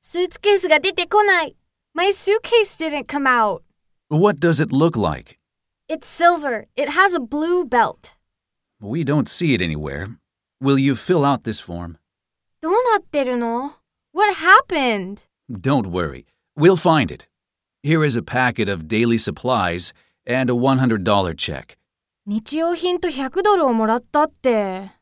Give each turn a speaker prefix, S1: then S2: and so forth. S1: Suitcase が出てこない。My suitcase didn't come out.
S2: What does it look like?
S1: It's silver. It has a blue belt.
S2: We don't see it anywhere. Will you fill out this form?
S1: どうなってるの ?What happened?
S2: Don't worry. We'll find it. Here is a packet of daily supplies and a $100 check.
S1: 日用品と100ドルをもらったって。